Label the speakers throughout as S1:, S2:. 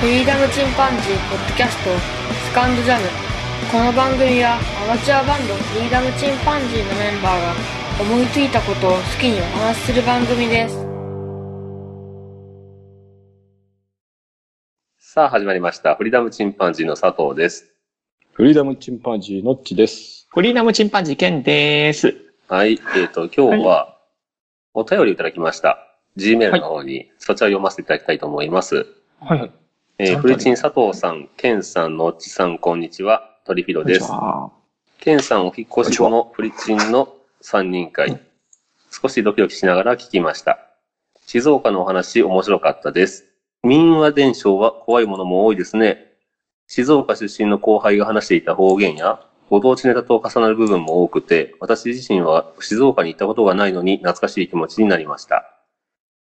S1: フリーダムチンパンジーポッドキャストスカンドジャムこの番組はアマチュアバンドフリーダムチンパンジーのメンバーが思いついたことを好きにお話しする番組です
S2: さあ、始まりました。フリーダムチンパンジーの佐藤です。
S3: フリーダムチンパンジーのっちです。
S4: フリーダムチンパンジーケンでーす。
S2: はい。えっ、と、今日は、お便りいただきました。Gmail の方に、そちらを読ませていただきたいと思います。
S4: はいはい。
S2: え
S4: ちゃん
S2: ー、
S4: と
S2: フリチン佐藤さん、ケンさん、のっちさん、こんにちは。トリフィドです。
S4: は
S2: ケンさんお引っ越し後のフリチンの3人会。少しドキドキしながら聞きました。静岡のお話面白かったです。民話伝承は怖いものも多いですね。静岡出身の後輩が話していた方言や、ご当地ネタと重なる部分も多くて、私自身は静岡に行ったことがないのに懐かしい気持ちになりました。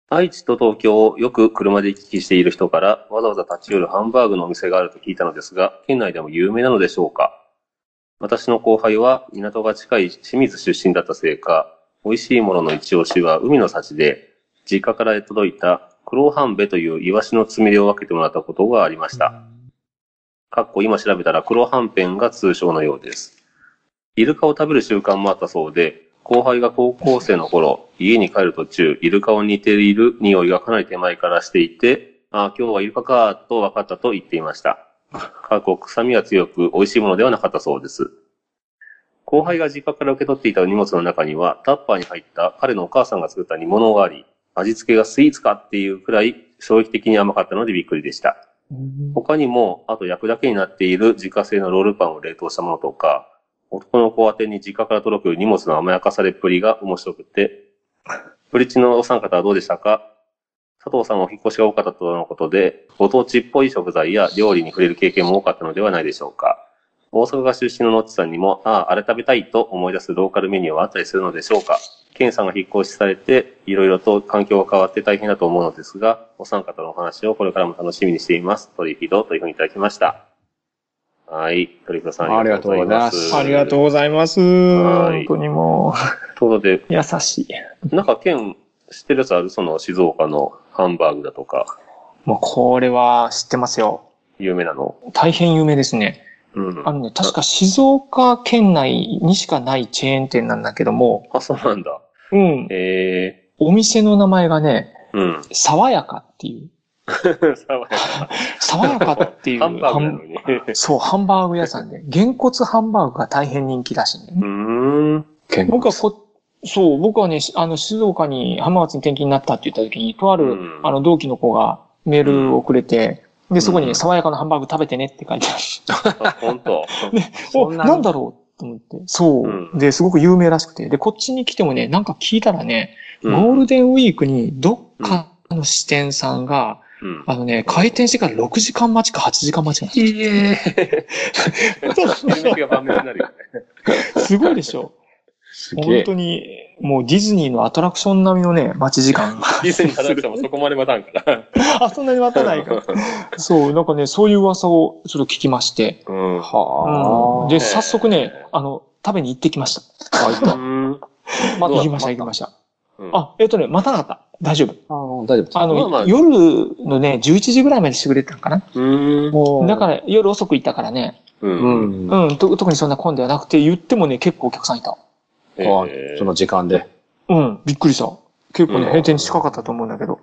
S2: 愛知と東京をよく車で行き来している人からわざわざ立ち寄るハンバーグのお店があると聞いたのですが、県内でも有名なのでしょうか私の後輩は港が近い清水出身だったせいか、美味しいものの一押しは海の幸で、実家から届いた黒半べというイワシのつみれを分けてもらったことがありました。かっこ今調べたら黒はんぺんが通称のようです。イルカを食べる習慣もあったそうで、後輩が高校生の頃、家に帰る途中、イルカを似ている匂いがかなり手前からしていて、ああ、今日はイルカか、と分かったと言っていました。かっこ臭みは強く、美味しいものではなかったそうです。後輩が実家から受け取っていた荷物の中には、タッパーに入った彼のお母さんが作った煮物があり、味付けがスイーツかっていうくらい衝撃的に甘かったのでびっくりでした。他にも、あと焼くだけになっている自家製のロールパンを冷凍したものとか、男の子宛てに実家から届く荷物の甘やかされっぷりが面白くて、プリチのお三方はどうでしたか佐藤さんはお引っ越しが多かったとのことで、ご当地っぽい食材や料理に触れる経験も多かったのではないでしょうか。大阪が出身のノッチさんにも、ああ、あれ食べたいと思い出すローカルメニューはあったりするのでしょうか。ケンさんが引っ越しされて、いろいろと環境が変わって大変だと思うのですが、お三方のお話をこれからも楽しみにしています。トリフィドというふうにいただきました。はい。トリフィドさんありがとうございま。
S3: ありがとうございます
S4: ありがとうござ
S2: は
S4: います。
S2: い
S4: 本当にも
S2: ということで、
S4: う、優しい。
S2: なんか県知ってるやつあるその静岡のハンバーグだとか、
S4: もうこれは知ってますよ。
S2: 有名なの。
S4: 大変有名ですね。
S2: うん。
S4: あのね、確か静岡県内にしかないチェーン店なんだけども、
S2: あ、そうなんだ。
S4: うん。
S2: え
S4: お店の名前がね、
S2: え うん。
S4: 爽やかっていう。
S2: 爽やか
S4: 爽やかって いう。
S2: ハンバーグなのに。
S4: そう、ハンバーグ屋さんで。げんこつハンバーグが大変人気らしいんだよ ね
S2: う。ーん。
S3: 健
S4: 僕はこ、そう、僕はね、しあの、静岡に浜松に転勤になったって言った時に、とある、
S2: うん
S4: あの、同期の子がメールをくれて、で、そこに、
S2: うん
S4: 爽やかなハンバーグ食べてねって書いてあ
S2: あ、ほん と。
S4: る。お、
S3: んな
S4: なんだろうと思って。そう、
S2: うん
S4: で、すごく有名らしくて。で、こっちに来てもね、なんか聞いたらね、
S2: うん
S4: ゴールデンウィークにどっかの支店さんが、
S2: うん。
S4: あのね、開店してから6時間待ちか8時間待ちなんで
S2: いいえ。夢が晩飯にな るよね。
S4: す。すごいでしょ。
S3: すげ
S4: 本
S3: え。
S4: 当に、もうディズニーのアトラクション並みのね、待ち時間。
S2: ディズニーの話もそこまで待たんから。
S4: あ、そんなに待たないから。そう、なんかね、そういう噂をちょっと聞きまして。
S2: うん。
S3: はあ。
S4: で、
S2: ー
S4: 早速ね、あの、食べに行ってきました。
S3: あ、いた。あ
S2: うん
S4: ま
S2: どうだ
S4: 行きました、行きました。
S2: うん
S4: あ、えっとね、待たなかった。大丈夫。
S3: 大丈夫です。
S4: あの、
S2: まあまあ
S4: 夜のね、11時ぐらいまでしてくれてたのかな。
S2: うん。
S3: も
S4: だから、夜遅く行ったからね。
S2: う。
S3: うんん。あ
S4: うん、と特にそんな混んではなくて、言ってもね、結構お客さんいた。
S2: えー
S3: その時間で。
S4: うん、びっくりした。結構
S2: うん
S4: ね、閉店に近かったと思うんだけど。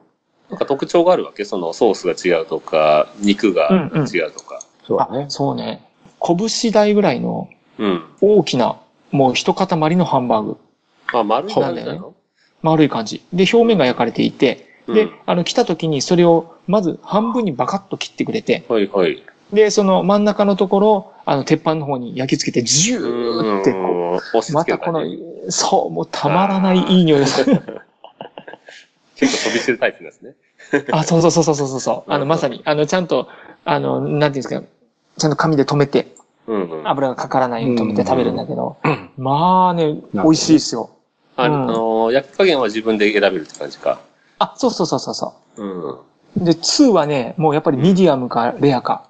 S2: なんか特徴があるわけそのソースが違うとか、肉が違うとか。
S3: そうだ
S4: あ
S3: ね、。
S4: そうね。拳大ぐらいの
S2: うん。
S4: 大きな、もう一塊のハンバーグ。
S2: あ、丸いなんだ
S4: そうだ
S2: よ。
S4: 丸い感じ。で、表面が焼かれていて、
S2: う
S4: で
S2: ん、
S4: あの、来た時にそれを、まず半分にバカッと切ってくれて、
S2: はいはい。
S4: で、その真ん中のところ、あの、鉄板の方に焼き付けて、ジューってこ
S2: うん押し
S4: う、ま
S2: 付け
S4: た
S2: た
S4: この
S2: ね。、
S4: そう、もうたまらないいい匂いです。
S2: 結構飛び散るタイプなんですね。
S4: あ、そうそうそうそうそうそう。あ
S2: うんう
S4: の、
S2: ん
S4: まさに、あの、ちゃんと、あの、なんていうんですか、ちゃんと紙で止めて、
S2: うんうん。あ
S4: 油がかからないように止めて食べるんだけど、まあね、
S3: ど
S4: 美味しいですよ。
S2: あ
S4: うん
S2: の、焼き加減は自分で選べるって感じか。
S4: あ、そうそうそうそうそ
S2: うん。
S4: う。で、2はね、もうやっぱりミディアムかレアか。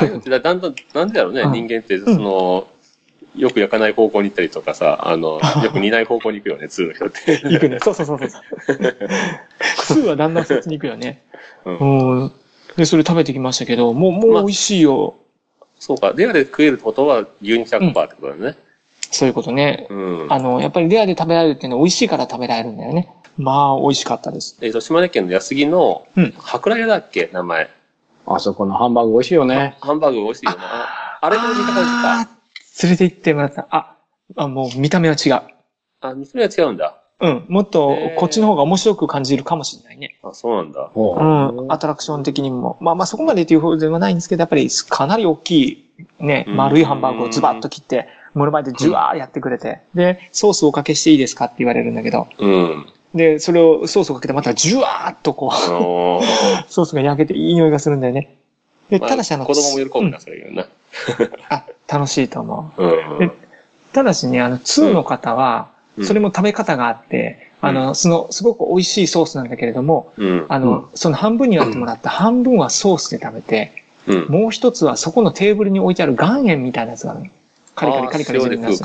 S2: あれだだんだん、なんでだろうね、
S4: うん
S2: 人間って、その、よく焼かない方向に行ったりとかさ、あの、よく煮ない方向に行くよね、通の人って。
S4: 行くね。そうそうそうそう。数はだんだんそっちに行くよね。
S2: うん
S4: うん。で、それ食べてきましたけど、もう、もう美味しいよ。
S2: そうか。レアで食えるってことは牛肉100%ってことだね。
S4: そういうことね。
S2: うん。
S4: あの、やっぱりレアで食べられるっていうのは美味しいから食べられるんだよね。まあ、美味しかったです。
S2: えっと、島根県の安木の
S4: うん、
S2: 桜屋だっけ名前。
S3: あそこのハンバーグ美味しいよね。
S2: ハンバーグ美味しいよね。ああれも似た感じか。
S4: あー連れて行ってもらった。あ、あもう見た目は違う。
S2: あ、見た目は違うんだ。
S4: うん。もっと
S2: へー、
S4: こっちの方が面白く感じるかもしれないね。
S2: あ、そうなんだ。
S3: ほ
S4: うん。アトラクション的にも。まあまあ、そこまでっていう方ではないんですけど、やっぱりかなり大きい、ね、
S2: うん
S4: 丸いハンバーグをズバッと切って、目の前でジュワーやってくれて、で、ソースおかけしていいですかって言われるんだけど、
S2: うん。
S4: で、それをソースをかけてまたジュワーっとこう、
S2: あのー
S4: ソースが焼けていい匂いがするんだよね。で、
S2: ま
S4: ただしあの、
S2: 子供も喜ぶ
S4: う
S2: な、
S4: ん
S2: それ言うな。
S4: あ、楽しいと思
S2: うん。
S4: えう。ただしね、あの、2の方は、
S2: うん
S4: それも食べ方があって、
S2: うん
S4: あの、その、すごく美味しいソースなんだけれども、
S2: うん。
S4: あの、その半分に割ってもらった半分はソースで食べて、
S2: うん。
S4: もう一つはそこのテーブルに置いてある岩塩みたいなやつがあるの。カリカリカリカリ
S2: あー
S4: す
S2: 塩
S4: る
S2: で
S4: ような
S2: 食
S4: や
S2: う
S4: つ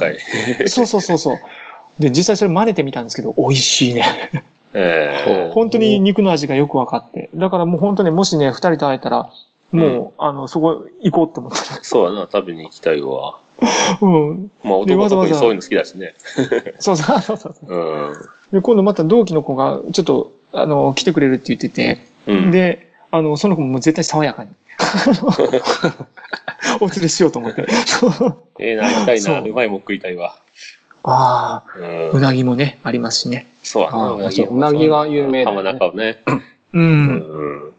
S2: かい。
S4: そうそうそうそう。で、実際それ真似てみたんですけど、美味しいね。
S2: え
S4: 本当に肉の味がよく分かって。だからもう本当ね、もしね、二人と会えたら、もう、あの、そこ行こうって思って
S2: えそうやな、食べに行きたいわ。
S4: る。 うん。
S2: まあ、
S4: で
S2: 男
S4: わ
S2: は
S4: ざわ
S2: 特
S4: ざ
S2: にそういうの好きだしね。
S4: そうそうそうそ
S2: う
S4: う。
S2: ん。
S4: で、今度また同期の子が、ちょっと、あの、来てくれるって言ってて、
S2: うん。
S4: で、あの、その子ももう絶対爽 やかに。お連れしようと思って。
S2: ええな、行きたいな。
S4: そう
S2: うまいもん食いたいわ。
S4: ああ、
S2: う。
S4: うんなぎもね、ありますしね。
S2: そうやな、
S3: あーそううなぎが有名だよ
S2: 浜
S3: ね
S2: 中をね。
S4: う。
S2: うんん。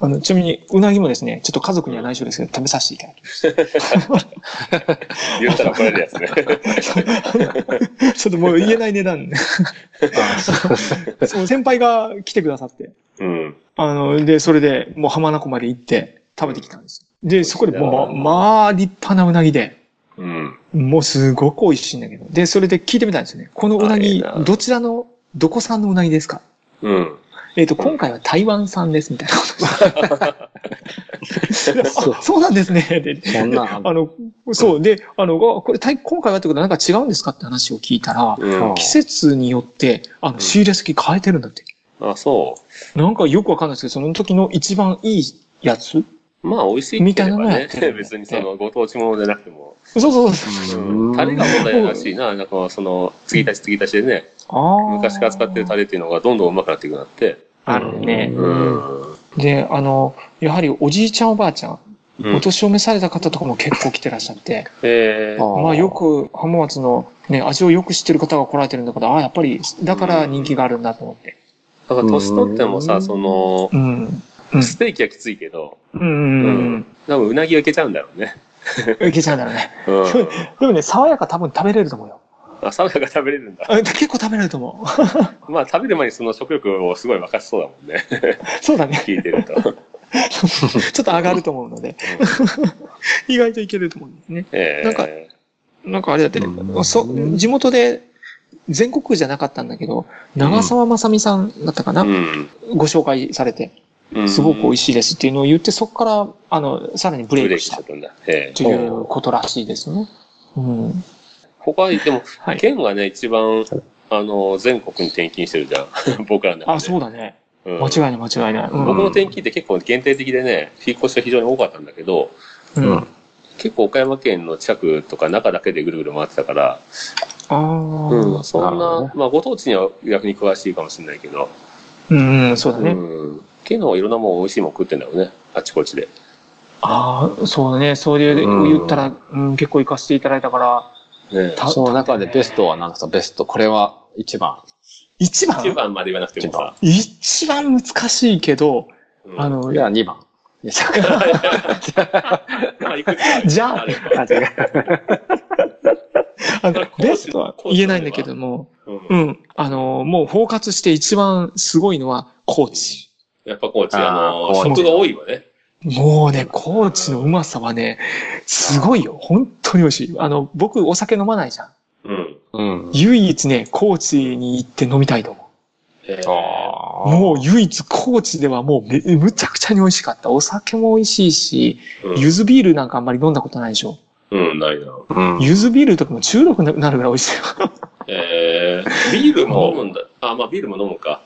S4: あの、ちなみに、うなぎもですね、ちょっと家族には内緒ですけど、食べさせていただきま
S2: 言ったら怒られるやつね。
S4: す。 ちょっともう言えない値段。 その先輩が来てくださって。
S2: うん。
S4: あの、で、それで、もう浜名湖まで行って食べてきたんです。で、そこでもう、
S2: うん
S4: まあ、立派なうなぎで、
S2: うん。
S4: もうすごく美味しいんだけど。で、それで聞いてみたんですよね。このうな
S2: あいい
S4: ぎ
S2: な、
S4: どちらの、どこ産のうなぎですか
S2: うん。
S4: えっ、と、今回は台湾産です、みたいな ことで
S3: そう
S4: あそうなんですね。で
S3: う。そんなんあんの
S4: あの、そう。で、あの、あこれ、台今回はってことはなんか違うんですかって話を聞いたら、
S2: うん。
S4: 季節によって、あ
S2: う
S4: の、
S2: ん
S4: 仕入れ先変えてるんだって。
S2: あ、そ
S4: なんかよくわかんないですけど、その時の一番いいやつ
S2: う。まあ、美味しいって言えば
S4: みたいなのや
S2: ね
S4: って る。
S2: 別にその、ご当地ものじゃなくても。
S4: そうそうそう。
S3: うん
S2: タレが問題らしいな。なんか、その、継ぎ足し継ぎ足しでね、
S4: あー
S2: 昔から使ってるタレっていうのがどんどんうまくなっていくなって。
S4: あるね。
S2: うん。
S4: で、あの、やはりおじいちゃんおばあちゃん、
S2: うん
S4: お年を召された方とかも結構来てらっしゃって、
S2: えー
S4: まあよ。く浜松のね、味をよく知ってる方が来られてるんだから、ああ、やっぱり、だから人気があるんだと思って。
S2: だから年取っても
S3: う
S2: さ、
S3: ん
S2: その、
S4: うん。うん
S2: ステーキはきついけど、
S4: うんうん
S2: 多分うなぎはいけちゃうんだろうね。
S4: うん。いけちゃうんだろうね。
S2: うん。
S4: でもね、爽やか多分食べれると思うよ。
S2: あ、サウナが食べれるんだ。
S4: あ結構食べれると思う。
S2: まあ食べる前にその食欲をすごい沸かしそうだもんね。
S4: そうだね。
S2: 聞いてると。
S4: ちょっと上がると思うので、意外といけると思うんですね。
S2: ええ
S4: なんかなんかあれだって、
S3: うん
S4: そ地元で、全国区じゃなかったんだけど、長澤まさみさんだったかな、ご紹介されて、
S2: うん。
S4: すごく美味
S2: しい。
S4: しいですっていうのを言って、そこから、あの、さらにブ
S2: ブレ
S4: レ
S2: ー
S4: イク
S2: ク
S4: し
S2: したちゃ
S4: っ
S2: ったんだ。ええ
S4: ていうことらしいですね。うん。
S2: 他に、でも、
S4: はい。
S2: 県がね、一番、あの、全国に転勤してるじゃん。 僕らの中で。
S4: あ、そう
S2: う。
S4: だね。
S2: ん、
S4: 間違いない間違いない。うん
S2: 僕の転勤って結構限定的でね、引っ越しが非常に多かったんだけど、
S4: うん。あ
S2: 結構岡山県の近くとか中だけでぐるぐる回ってたから、
S4: あ
S2: う
S4: ー
S2: ん、。そ
S3: なんる
S2: な、
S3: ほどね
S2: まあ、ご当地には逆に詳しいかもしれないけど、
S4: うん、うん、そうだね。
S2: うん。県の方はいろんなもん美味しいもん食ってんだろうね、あちこちで。
S4: ああ、そうだね。そういう
S3: うん
S4: 言ったら、うん、結構行かせていただいたから、
S2: ね
S4: た
S3: その中でベストは何ですかベスト。これは一番。
S4: 一番
S2: 1番まで言わなくてもさ、
S4: 一番難しいけど、
S2: うん
S4: あ、の
S3: い、や、二番。いや
S2: ま あいくつか
S4: じゃあ
S2: あれば、
S3: 違う
S4: あのベストは言えないんだけども、
S2: うん
S4: うん。あの、もう包括して一番すごいのは、高知。
S2: やっぱ高知、あ
S3: あー
S2: の、
S3: 高知
S2: 食が多いわね。
S4: もうね、高知のうまさはね、すごいよ。本当に美味しい。あの、僕お酒飲まないじゃん。
S2: うん。
S3: うん。
S4: 唯一ね、高知に行って飲みたいと思う。
S2: えー
S3: あー
S4: もう唯一高知ではもうめ、むちゃくちゃに美味しかった。お酒も美味しいし、
S2: うん
S4: ゆずビールなんかあんまり飲んだことないでしょ。
S2: うん、ないな。
S3: うん。
S4: ゆずビールとかも中毒になるぐらい美味しいよ。
S2: えー、ビールも飲むんだ。あ、まあビールも飲むか。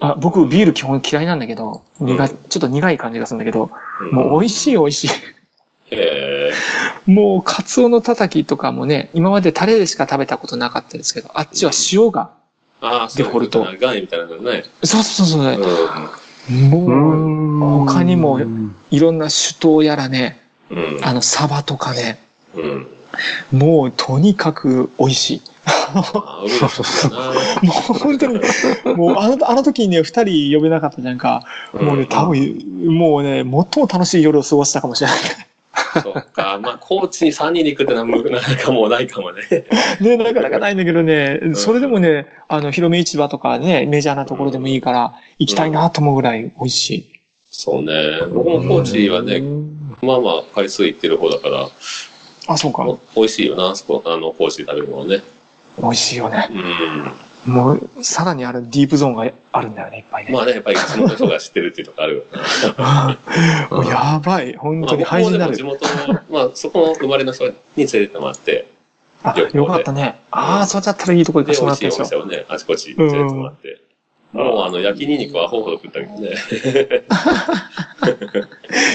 S4: あ僕、ビール基本嫌いなんだけど、苦い
S2: うん
S4: ちょっと苦い感じがするんだけど、
S2: うん
S4: もう美味しい美味しい。
S2: へえ。
S4: もう、カツオのたたきとかもね、今までタレでしか食べたことなかったですけど、あっちは塩が。
S2: ああ、そう
S4: デフォルト
S2: ガネみたいなのね。
S4: そうそうそう
S2: う
S4: そ
S2: ん。
S4: う、もう、他にも
S3: うん
S4: いろんな酒盗やらね、
S2: うん。
S4: あの、サバとかね、
S2: うん。
S4: もう、とにかく美味しい。
S2: ああ、海の人だな。
S4: もう、本当に、もう、あの、あの時にね、二人呼べなかったじゃんか。もうね、
S2: ん
S4: 多分、もうね、最も楽しい夜を過ごしたかもしれない。
S2: そっか。まあ、高知に3人で行くってのは無なかなかもうないかもね。
S4: ね、なかなかないんだけどね、
S2: ん
S4: それでもね、あの、広め市場とかね、メジャーなところでもいいから、行きたいなと思うぐらい美味しい。
S2: そうね。僕も高知はね、まあまあ回数行ってる方だから、
S4: あ、そうか。
S2: 美味しいよな、あそこ、あの、高知で食べるのはね。
S4: 美味しいよね。
S2: うん。
S4: もう、さらにあるディープゾーンがあるんだよね、いっぱいね。
S2: まあね、やっぱり地元の人が知ってるっていうとこあるよね。
S4: もうやばい。本
S2: まあ
S4: 当に
S2: 僕
S4: 廃
S2: もで
S4: 人にな
S2: も
S4: る
S2: 地。元の、まあそこの生まれの人に連れてってもらって、
S4: あ、
S2: 旅行で
S4: よかったね。ああ、それだったらいいとこ行
S2: で、
S4: かせて
S2: 美
S4: もら
S2: 味
S4: っ
S2: しい
S4: たで
S2: お
S4: しょ。
S2: 店をね、あちこち連れてってもらって。もうあの、焼きニンニクはほうほど食ったけどね。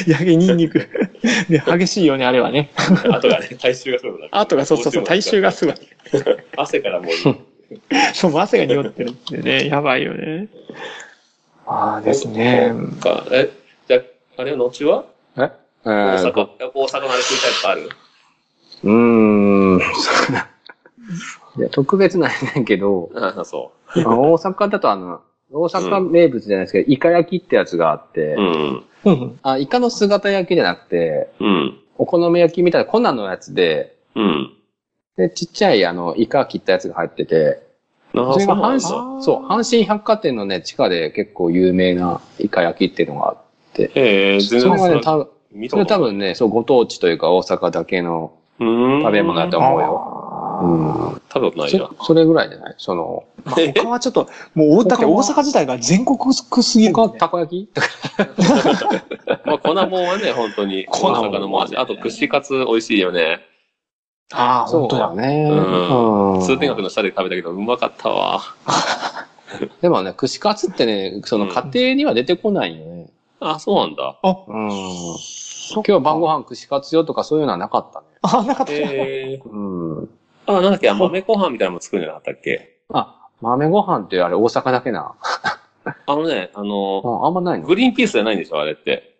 S4: 焼きニンニク。ね、激しいよね、あれはね。
S2: あとがね、体臭がすごくなる。
S4: あとが、そうそうそう、体臭がすごい。
S2: 汗からもう、
S4: そう、もう汗が匂ってるってね、やばいよね。ああ、ですね。
S2: そっか。え、じゃあ、あれは後は
S3: ええ
S2: 大
S3: ー
S2: 阪、やっぱ大阪のあれ食いたいとかある
S3: うーん。そうだいや、特別なんやけど、
S2: ああ、そ
S3: あ大阪だとあの、大阪名物じゃないですけど、イカ焼きってやつがあって、
S2: う。うん。
S4: うん。
S3: あ、イカの姿焼きじゃなくて、
S2: うん。
S3: お好み焼きみたいな粉のやつで、
S2: うん。
S3: で、ちっちゃいあの、イカ切ったやつが入ってて、
S2: あ
S3: それが阪
S2: そうなんだ
S3: 神、そう、阪神百貨店のね、地下で結構有名なイカ焼きっていうのがあって、
S2: ええ
S3: そ
S2: 全然
S3: れがね、
S2: そ
S3: 多分
S2: 見
S3: それ多
S2: 分、
S3: 分ね、そう、ご当地というか大阪だけの
S2: 食
S3: 食べ物だと
S2: 思
S3: 思うよ。うん
S2: 食べたことないな
S3: そ。それぐらいじゃないその、
S4: まあ、他はちょっと、もう、だって大阪自体が全国区すぎる、
S3: 他、
S4: ね。
S3: たこ焼き
S2: まあ、粉もんはね、本当 に。
S4: 粉も
S2: 大
S4: んはね
S2: 阪のもん味あと、串カツ美味しいよね。
S4: ああ、本当だ。
S3: ね
S2: うん
S3: うん
S2: 通天閣の下で食べたけど、うまかったわ。
S3: でもね、串カツってね、その
S2: うん
S3: 家庭には出てこないよね。
S2: あ、そうなんだ。
S3: うん。今日は晩ご飯串カツよとかそういうのはなかったね。
S4: ああ、なかった。
S2: ええ
S3: うん。
S2: あ、なんだっけ、豆ご飯みたいなのも作るんじゃなかったっけ
S3: あ、豆ご飯ってあれ大阪だけな。
S2: あのね、あ
S3: う
S2: の、
S3: ん、あんまないの
S2: グリーンピースじゃないんでしょ、あれ って。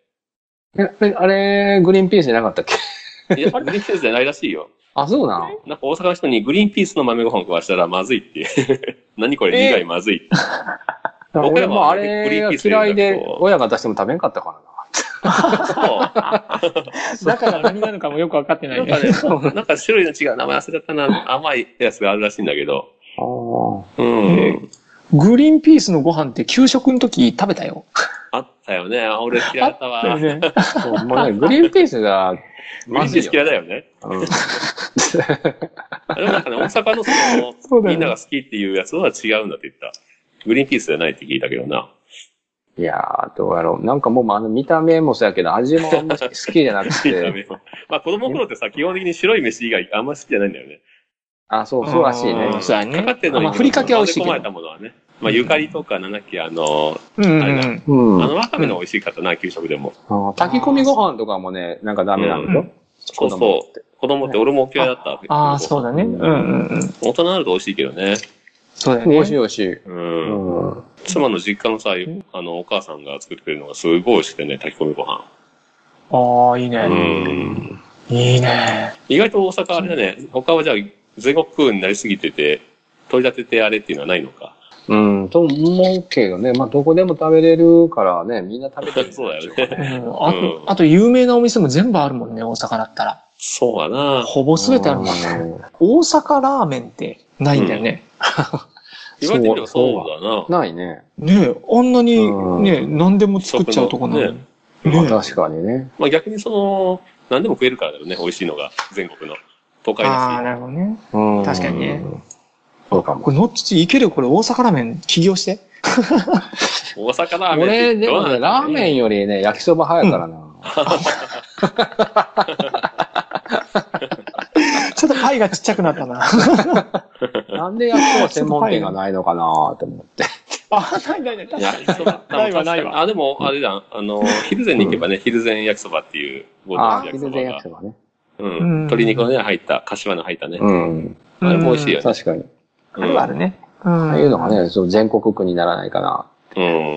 S3: ええあれ、グリーンピースじゃなかったっけ
S2: いや、あれグリーンピースじゃないらしいよ。
S3: あ、そうなの
S2: なんか大阪の人にグリーンピースの豆ご飯を食わしたらまずいっていう。 何これ、
S4: え
S2: 苦
S4: ー
S2: いまずいって。僕
S3: 俺
S2: ら
S3: も
S2: は
S3: あ
S2: あれ
S3: れが嫌い
S2: グリーンピース入れるんだ
S3: で
S2: けど、
S3: 親が出しても食べんかったからな。
S2: そう
S4: だから何なのかもよくわかってな
S2: なん
S4: い
S2: か
S4: ね。
S2: ね、なんか種類の違う名前忘れちゃったな、甘いやつがあるらしいんだけど。うん。
S4: グリーンピースのご飯って給食の時食べたよ。
S2: あったよね。あ俺嫌いだった わ。
S4: だよ
S2: グ
S4: ね。
S3: そうもうね、グリーンピースが、
S2: リーンピース嫌い
S3: い。
S2: だよ ね。
S3: うん
S2: でもなんかね、大阪のそ
S4: そう
S2: の、
S4: だ
S2: み
S4: よ
S2: んなが
S4: ね。
S2: 好きっていうやつは違うんだって言った。グリーンピースじゃないって聞いたけどな。
S3: いやー、どうやろう。なんかもうあの見た目もそうやけど、味もあんま好きじゃなく て。
S2: まあ子供の頃ってさ、基本的に白い飯以外あんま好きじゃないんだよね。
S3: あ、そう、そうらしいね。
S4: うんそうだね。
S2: かかってるのに。
S4: まあ、ふりかけは美味しい
S2: 混ぜ込
S4: け
S2: まれ
S4: ど。
S2: たものはね。まあゆかりとかなんだっけ、あの、
S4: うんうんう
S2: あ
S4: ん。
S3: う
S2: あ
S3: ん。
S2: のわかめの美味しかったな、給食でも。
S3: あ炊き込みご飯とかもね、なんかダメなんでしょ、
S4: うん
S2: そうそう。子供って俺も嫌いだった。
S4: ああ、そうだね。うんうんうん。
S2: 大人になると美味しいけどね。
S4: そうだよ
S3: 美味しい
S4: ね。
S3: 美味しい。
S2: う。
S3: うんん。
S2: 妻の実家のさ、あの、お母さんが作ってくれるのがすごい美味しくてね、炊き込みご飯。
S4: ああ、いいね。
S2: ん。
S4: いいね。
S2: 意外と大阪あれだね、他はじゃあ全国区になりすぎてて、取り立ててあれっていうのはないのか。
S3: うん、と思うけどね。まあ、どこでも食べれるからね、みんな食 べてる、
S2: そうだよ
S4: う
S2: ね。
S4: ん、あ
S2: うん
S4: と、あと有名なお店も全部あるもんね、大阪だったら。
S2: そうだな。
S4: ほぼ全てあるもんね。
S3: うん
S4: 大阪ラーメンってないんだよね。
S2: 言われてみればそうだな。
S3: ないね。
S4: ねえ、あんなに
S3: うん
S4: ね、何でも作っちゃうとこなのに。ね
S3: まあ、
S4: え
S3: 確かにね。
S2: まあ逆にその、何でも食えるからだよね、美味しいのが。全国の。都会
S4: あ
S2: だ
S4: あ、なるほどね。
S3: うん
S4: 確かにね。
S3: そうかも
S4: こ。れ、のっちち、いけるよこれ、大阪ラーメン、起業して。
S2: し。大阪ラーメン
S3: 俺、
S2: って
S3: で
S2: どう
S3: も
S2: な
S3: ね、
S2: んだ
S3: ラ
S2: ろう
S3: ーメ
S2: ね。
S3: ンよりね、焼きそば早いからな。
S4: ちょっとパイがちっちゃくなったな。
S3: なんで焼きそば専門店がないのかなと思って。
S4: あ、ないないない。
S2: い
S4: 確
S2: や
S4: かに。、
S2: そうだった
S4: ないわないわ
S2: あ、でも、あれだ、あの、ヒルゼンに行けばね、ヒルゼン焼きそばっていう、ご
S3: あ
S2: 当地焼
S3: あ、ヒ
S2: き
S3: ル
S2: そば
S3: ゼン焼
S2: が
S3: き。そばね。
S2: うん
S4: うん。
S2: 鶏肉のね、入った、柏の入ったね。
S3: うん。
S2: あれも美味しいよね。
S3: 確かに。
S4: うんあるあるね。うん。
S3: ああいうのがね、その全国区にならないかな。
S2: うん。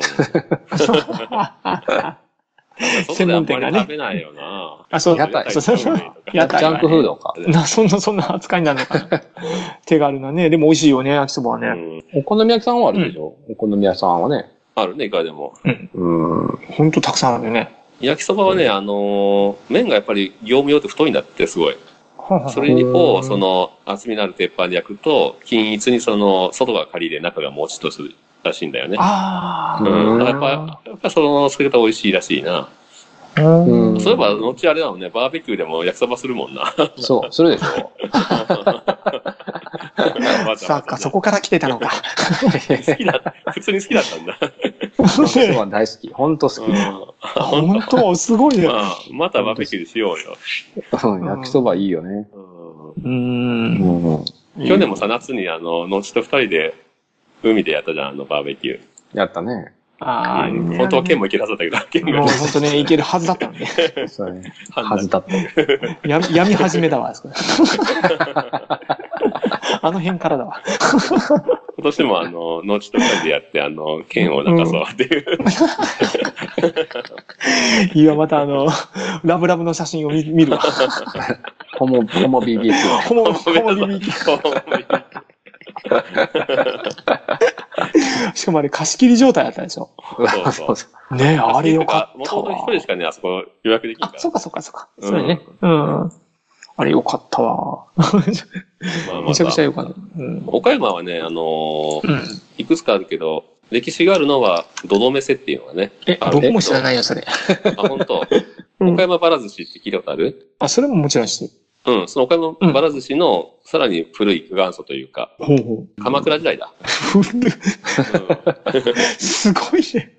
S4: 専門店
S2: 外であんま
S4: がね
S2: り食べないよな。
S4: あ、そう、
S3: 屋台
S4: そうそうそう。
S3: ジ
S4: 屋
S2: 屋
S4: 台。
S2: 台
S3: ャンクフードか。
S4: な、そんな、そんな扱いになるのか な。手軽なね。でも美味しいよね、焼きそばは
S2: う
S4: ね。
S2: ん。
S3: お好み焼きさんはあるでしょ、お好み屋さんはね。
S2: あるね、いかでも。
S3: うん。
S4: ほんとたくさんあるよね。
S2: 焼きそばはね、あのー、麺がやっぱり業務用って太いんだって、すごい。それ
S3: う
S2: を、
S3: ん
S2: その、厚みのある鉄板で焼くと、均一にその、外がカリで中がもちっとするらしいんだよね。
S4: あ
S2: う
S4: あ。
S2: ん。だからやっぱ、やっぱその、作り方美味しいらしいな。
S4: うん
S3: うん
S2: そういえば、後あれだもんね、バーベキューでも焼きそばするもん な。
S3: そう、するでしょ
S4: そっか、そこから来てたのか。
S2: 好きだ、普通に好きだったんだ。
S3: 私は大好き。ほんと好き。
S2: うん
S4: あ本当すごいね。
S2: まあ、またバーベキューしようよ。
S3: うん焼きそばいいよね。
S2: う
S4: う。
S3: うんん。
S2: ん去年もさ、夏にあの、のちと二人で、海でやったじゃん、あの、バーベキュー。
S3: やったね。
S4: ああ、
S2: うん本当は県
S4: も。
S2: も行けなさったけど、県
S4: も
S2: が
S4: う本当ね、いけるはずだったんで。
S3: そうね。
S2: 判
S3: は
S2: 断
S3: ずだった。
S4: ややみ始めだわ、あ そこあの辺からだわ。
S2: 今年もあの、のちと二人でやって、あの、県をなんかそうっていう。
S4: いや、またあの、 ラブラブの写真を見見る わ。
S3: ホモ、ホモ BB2。
S4: ほぼ、ほぼ
S2: ごめん
S4: ビビ
S2: なさい
S4: しかもあれ貸し切り状態だったでしょ。
S2: そうそう
S3: そう。
S4: ねえ、あれよかっ
S2: も
S4: た
S2: ともと一
S4: わ
S2: 人。しかね、あそこ予約できん
S4: あ
S2: か、
S4: そう
S2: ら。
S4: かそうかそうか。
S2: うん
S4: そうね。うん。あれよかったわ。
S2: まあま
S4: めちゃくちゃ
S2: あ
S4: よかった。うん。
S2: 岡山はね、あのー、
S4: うん
S2: いくつかあるけど、歴史があるのは、どどめせっていうのがね。
S4: え
S2: あ、
S4: 僕も知らないよ、それ。
S2: あ、本当。
S4: うん
S2: 岡山ばら寿司って聞いたことある
S4: あ、それももちろん知ってる。
S2: うん、その岡山ばら寿司のさらに古い元祖というか、
S4: ほうほ
S2: 鎌倉時代だ。
S4: う。古い。すごいね。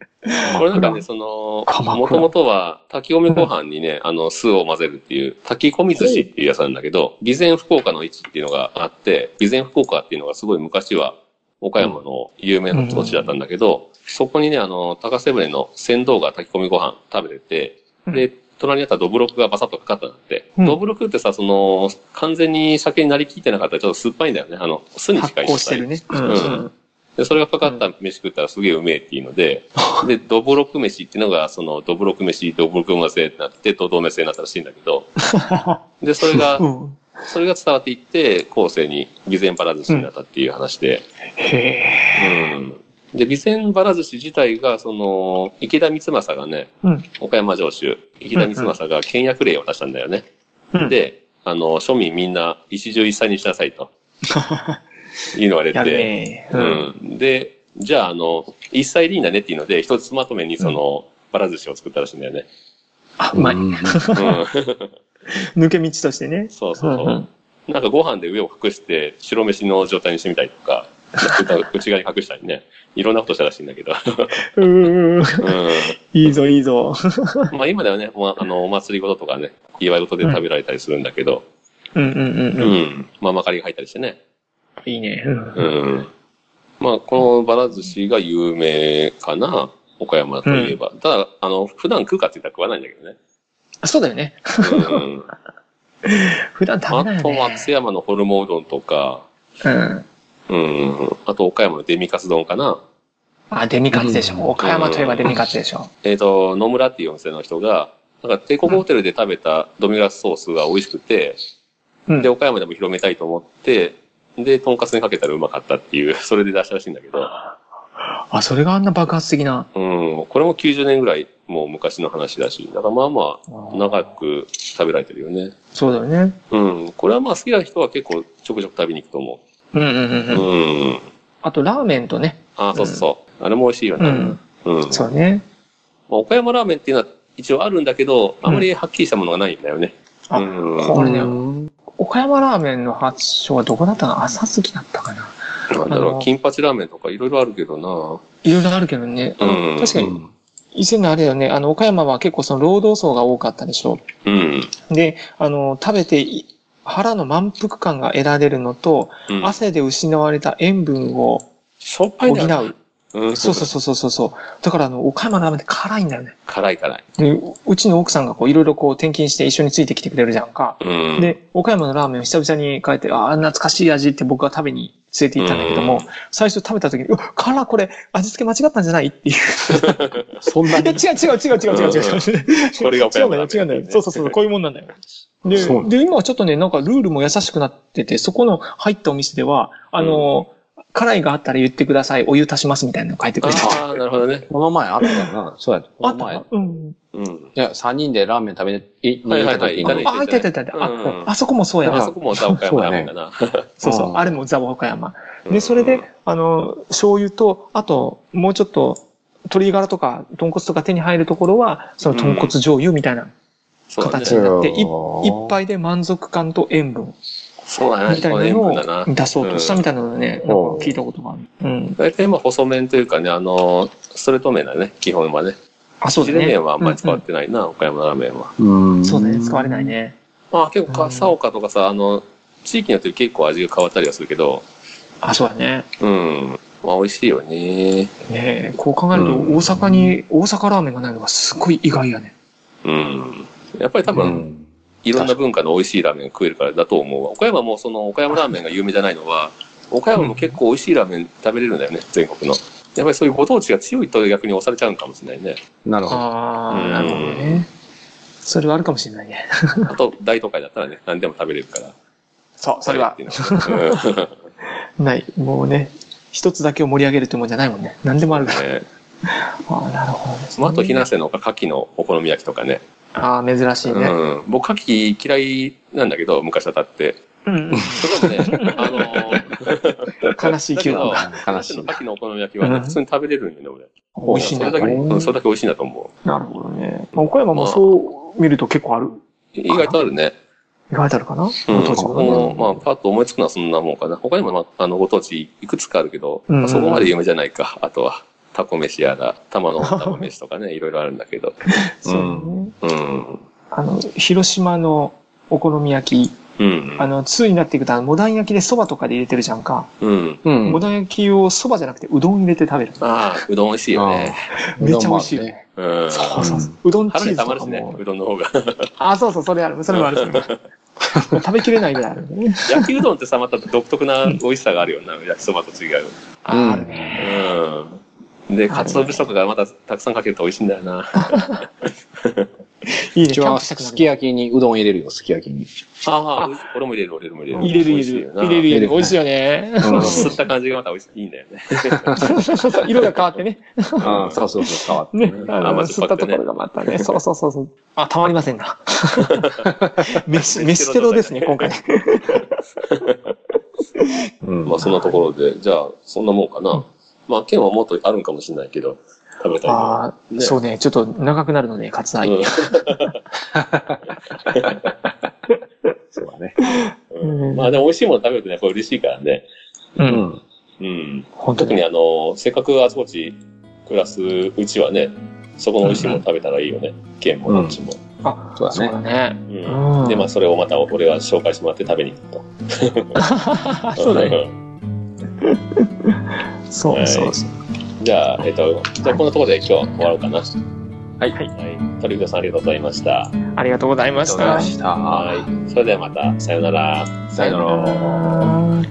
S2: これなんかね、その、
S4: 鎌
S2: も
S4: 倉
S2: ともとは炊き込みご飯にね、あの、酢を混ぜるっていう、炊き込み寿司っていうやつなんだけど、備前福岡の位置っていうのがあって、備前福岡っていうのがすごい昔は、岡山の有名な土地だったんだけど、そこにね、あの、高瀬船の船頭が炊き込みご飯食べてて、
S4: うん
S2: で、隣にあったどぶろくがバサッとかかったんだって。
S4: うん
S2: どぶろくってさ、その、完全に酒になりきってなかったらちょっと酸っぱいんだよね。あの、酢に
S4: 発
S2: 近い。
S4: 酵してるね。うん
S2: うんで、それがかかった飯食ったらすげえうめえっていうので、 で、どぶろく飯っていうのが、その、どぶろく飯、どぶろくませってなって、どどめせになったらしいんだけ ど、で、それが
S4: う、ん。
S2: それが伝わっていって、後世に備前ばら寿司になったっていう話で、
S4: へえ。
S2: うん。で、備前ばら寿司自体が、その、池田光政がね、
S4: うん。
S2: 岡山城主、池田光政が倹約令を出したんだよね。
S4: うん、
S2: で、あの、庶民みんな一汁一菜にしなさい と、いうのが出
S4: や
S2: て、
S4: るね。
S2: う。ん。で、じゃあ、あの、一切でいいんだねっていうので、一つまとめにその、ばら寿司を作ったらしいんだよね。
S4: あ、うまい。
S2: う
S3: ん
S2: ん。
S4: 抜け道としてね。
S2: そうそうそう
S4: うんうん
S2: なんかご飯で上を隠して、白飯の状態にしてみたりとか、内側に隠したりね。いろんなことしたらしいんだけど。
S4: うーん。
S2: う
S4: いいぞ、いい
S2: ん。
S4: ぞ。
S2: まあ今ではね、まあ、あの、お祭りごととかね、祝い事で食べられたりするんだけど、
S4: うんうんうん
S2: う
S4: うん。
S2: ん。まあまかりが入ったりしてね。
S4: いいね。うん
S2: うん。まあ、このばら寿司が有名かな。岡山といえば。ただ、あの、普段食うかって言ったら食わないんだけどね。
S4: あそうだよね。
S2: うん。
S4: 普段食べない
S2: あ
S4: よ
S2: と、
S4: ね。
S2: 松山のホルモンうどんとか、
S4: うん。
S2: うん。あと、岡山のデミカツ丼かな。
S4: あ、デミカツでし
S3: う
S4: ょ。
S3: ん
S4: 岡山といえばデミカツでしょ。
S2: えっ、と、野村っていうお店の人が、なんか帝国ホテルで食べたドミグラスソースが美味しくて、
S4: うん
S2: で、。岡山でも広めたいと思って、で、とんかつにかけたらうまかったっていう、 それで出したらしいんだけど、
S4: あ、それがあんな爆発的な。
S2: うん。これも90年ぐらい、もう昔の話だし、だからまあま
S4: あ
S2: あ、
S4: ー
S2: 長く食べられてるよね。
S4: そうだよね。
S2: うん。これはまあ好きな人は結構ちょくちょく食べに行くと思
S4: うんうんうん
S2: う。
S4: うん。
S2: うん。
S4: あと、ラーメンとね。
S2: ああ、そうそうそう。あれも美味しいよ
S4: う
S2: ね。
S4: ん。
S2: うん
S4: そうね。
S2: まあ、岡山ラーメンっていうのは一応あるんだけど、あまりはっきりしたものがないんだよね。
S4: あ
S2: うん
S4: これだよ。
S3: うん
S4: 岡山ラーメンの発祥はどこだったの浅月だったかな。
S2: なんだ
S4: あ
S2: ろ
S4: の
S2: う、金八ラーメンとかいろいろあるけどない
S4: ろいろあるけどね。あの
S2: うん
S4: 確かに、以前のあれだよね。あの、岡山は結構その労働層が多かったでしょ。
S2: うん。
S4: で、あの、食べてい腹の満腹感が得られるのと、
S2: うん。
S4: 汗で失われた塩分を
S2: しょっぱ
S4: 補
S2: いんだよね。
S4: う。
S2: うん
S4: そうそうそうそうそうそう。だからあの、岡山のラーメンって辛いんだよね。
S2: 辛い辛い。
S4: でううちの奥さんがこういろいろこう転勤して一緒についてきてくれるじゃんか。
S2: うん。
S4: で、岡山のラーメンを久々に変えて、ああ、懐かしい味って僕が食べに連れて行ったんだけど
S2: う
S4: も
S2: ん、
S4: 最初食べた時に、うわ、辛これ、味付け間違ったんじゃないっていう。
S3: そんなに。
S4: いや 違う違う違う違う違う違う。
S2: これが岡
S4: 違うん
S2: 山ラ
S4: だよ
S2: ーメン
S4: 違うんだよ。そうそうそう、こういうもんなんだよ。で
S3: そうな、の
S4: で、今はちょっとね、なんかルールも優しくなってて、そこの入ったお店では、あの、辛いがあったら言ってください、お湯足しますみたいなの書いてくれてた。
S2: ああ、なるほどね。
S3: この前あったよな。そうや。こ
S4: あ
S3: の
S4: った
S3: 前。い
S4: かうん。
S2: うん。
S3: や、3人でラーメン食べに行った時
S2: はいはいはいいたね
S3: に。
S4: あ、あいたいたいたいた。
S2: う
S4: あ、
S2: ん
S4: あそこもそうや
S2: あ
S4: わ
S2: そ。こも岡山ラーメンだな。
S4: そうそうう。
S3: ん
S4: あれもザワ岡山。
S2: う
S4: で、
S2: ん
S4: それで、あの、醤油と、あと、もうちょっと、鶏ガラとか、豚骨とか手に入るところは、その豚骨醤油みたいな
S2: そうだね
S4: 形。になって、い
S3: うん
S4: 一杯で満足感と塩分。
S2: そうだね。
S4: みた
S2: この
S4: いな
S2: 塩
S4: の
S2: 分だな
S4: を。出そうとしたみたいなのでね、
S3: うん
S4: なんか聞いたことがある。うん。
S2: 大体まあ細麺というかね、あの、ストレート麺だね、基本はね。
S4: あ、そうだ
S2: 汁
S4: ね。
S2: 麺はあんまり使っ
S4: うん
S2: てないな、岡山ラーメンは。
S3: う
S4: うんんそうだね、使われない。ね。
S2: まあ結構
S4: う
S2: か、
S4: ん
S2: 佐岡とかさ、あの、地域によって結構味が変わったりはするけど、
S4: あ、そうだね。
S2: うん。まあ美味しいよね。
S4: ねえこう考えると、
S2: うん
S4: 大阪に、大阪ラーメンがないのがすごい意外やね。
S2: うん。やっぱり多
S3: う
S2: 分、
S3: ん。
S2: いろんな文化の美味しいラーメンが食えるからだと思うわ。岡山もその、岡山ラーメンが有名じゃないのは、岡山も結構美味しいラーメン食べれるんだよね、全国の。やっぱりそういうご当地が強いと逆に押されちゃうのかもしれない ね。
S3: なるほど。
S4: あ
S2: う
S4: あ、
S2: ん
S4: なるほどね。それはあるかもしれないね。
S2: あと、大都会だったらね、何でも食べれるから。
S4: そう、それは
S2: っていうのは。うん
S4: ない。もうね、一つだけを盛り上げるってもんじゃないもんね。何でもあるから。
S2: ね
S4: ああ、なるほどですね。
S2: まあ、あと、ひなせのか、牡蠣のお好み焼きとかね。
S4: ああ、珍しい
S2: う
S4: ね。
S2: ん。僕、牡蠣嫌いなんだけど、昔はたって。
S4: うん。
S2: それ でもね、あの
S4: 悲しい気分
S2: だ
S4: が。
S3: 悲
S2: け
S3: し
S2: ど、
S3: い
S2: 牡。蠣のお好み焼きはね、
S4: うん
S2: 普通に食べれるんだよね、
S4: 美味しいん
S2: そ
S4: だ
S2: れだけ、
S4: ね。
S2: うんそれだけ美味しいんだと思
S4: なるほどね。まあ岡山もそう見ると結構ある。
S2: う。意外とあるね。
S4: 意外とあるかな
S2: うん。
S4: ご当地
S2: こ
S4: も
S2: こ
S4: ね。
S2: も、まあ、パッと思いつくのはそんなもんかな。他にも、まあ、あの、ご当地いくつかあるけど、
S4: うん
S2: そこまで有名じゃないか。あとは、タコ飯やら、玉の玉飯とかね、いろいろあるんだけど。
S4: そう
S2: うん
S4: ね。
S2: うん。
S4: あの、広島のお好み焼き、
S2: うん。
S4: あの、2になっていくと、あのモダン焼きで蕎麦とかで入れてるじゃんか。
S2: うん。
S3: うん
S4: モダン焼きを蕎麦じゃなくて、うどん入れて食べる。
S2: ああ、うどん美味しいよね。
S4: めっちゃ美味しいよね。
S2: うん。
S4: そうそうそう。うどんチ
S2: 腹
S4: ー
S2: に
S4: ズ
S2: た
S4: と
S2: まる
S4: か
S2: しね、
S4: も
S2: う。どんの方が。
S4: あ、そうそう、それある。それもある。それもある食べきれないぐらいあるね。
S2: 焼きうどんってさ、また独特な美味しさがあるよな、焼きそばと違う。
S4: ああるね。
S2: うん。で、かつお節とかがまたたくさんかけると美味しいんだよな。あ
S4: いいうね。
S3: ち
S4: キャン
S3: は
S4: プしたくな
S3: す
S4: る
S3: き。焼きにうどん入れるよ、すき焼きに。
S2: あ、俺も入れる、俺も入れる。
S4: 入れる
S2: 美味し
S4: 入
S2: い
S4: れ
S2: よ
S4: る。
S2: な
S4: 入れる入れる。
S3: 美
S4: 美
S3: 味
S4: 味
S3: し
S4: し
S3: い
S4: いよね。
S2: そうの
S3: ん
S2: 吸った感じがまた美味しい、いいんだよね。
S4: 色が変わってね。
S3: あそうそうそう、変わって
S4: ね
S3: ね。、
S4: あ
S2: あま
S4: の、
S2: あ
S4: 吸ったところがまたね、そうそうそうそう。あ、たまりませんな。飯、飯テロですね、今回。
S3: うん
S2: まあ、そんなところで、じゃあ、そんなもんかな。まあ、県はもっとあるんかもしれないけど、食べたいのは。
S4: ああ、
S2: ね
S4: そうね、ちょっと長くなるので、割愛。
S2: うん
S3: そうだね。
S4: うん
S2: まあ、でも美味しいもの食べるとね、やっぱ嬉しいからね。
S4: う、
S3: うんん。
S2: うん。
S4: 本当
S2: 特
S4: に
S2: に。あの、せっかくあちこち暮らすうちはね、そこの美味しいもの食べたらいいよね。県もどっちも。
S4: あ、
S3: そう
S4: そう
S3: だ
S4: だ
S3: ね。
S4: ね。
S2: うん
S4: うん
S2: で、まあ、それをまた俺は紹介してもらって食べに行くと。
S4: あ、そうだね。
S2: ん
S4: そうそうそう。
S2: じゃあ、えっと、じゃあこんなところで今日は終わろうかな。
S3: はい。
S2: はい。鳥人さんありがとうございました。
S4: ありがとうございま
S3: ど
S4: し
S3: うで
S4: た。
S3: した。
S2: はい。それではまた、さようなら。
S3: さよなら。
S4: ら。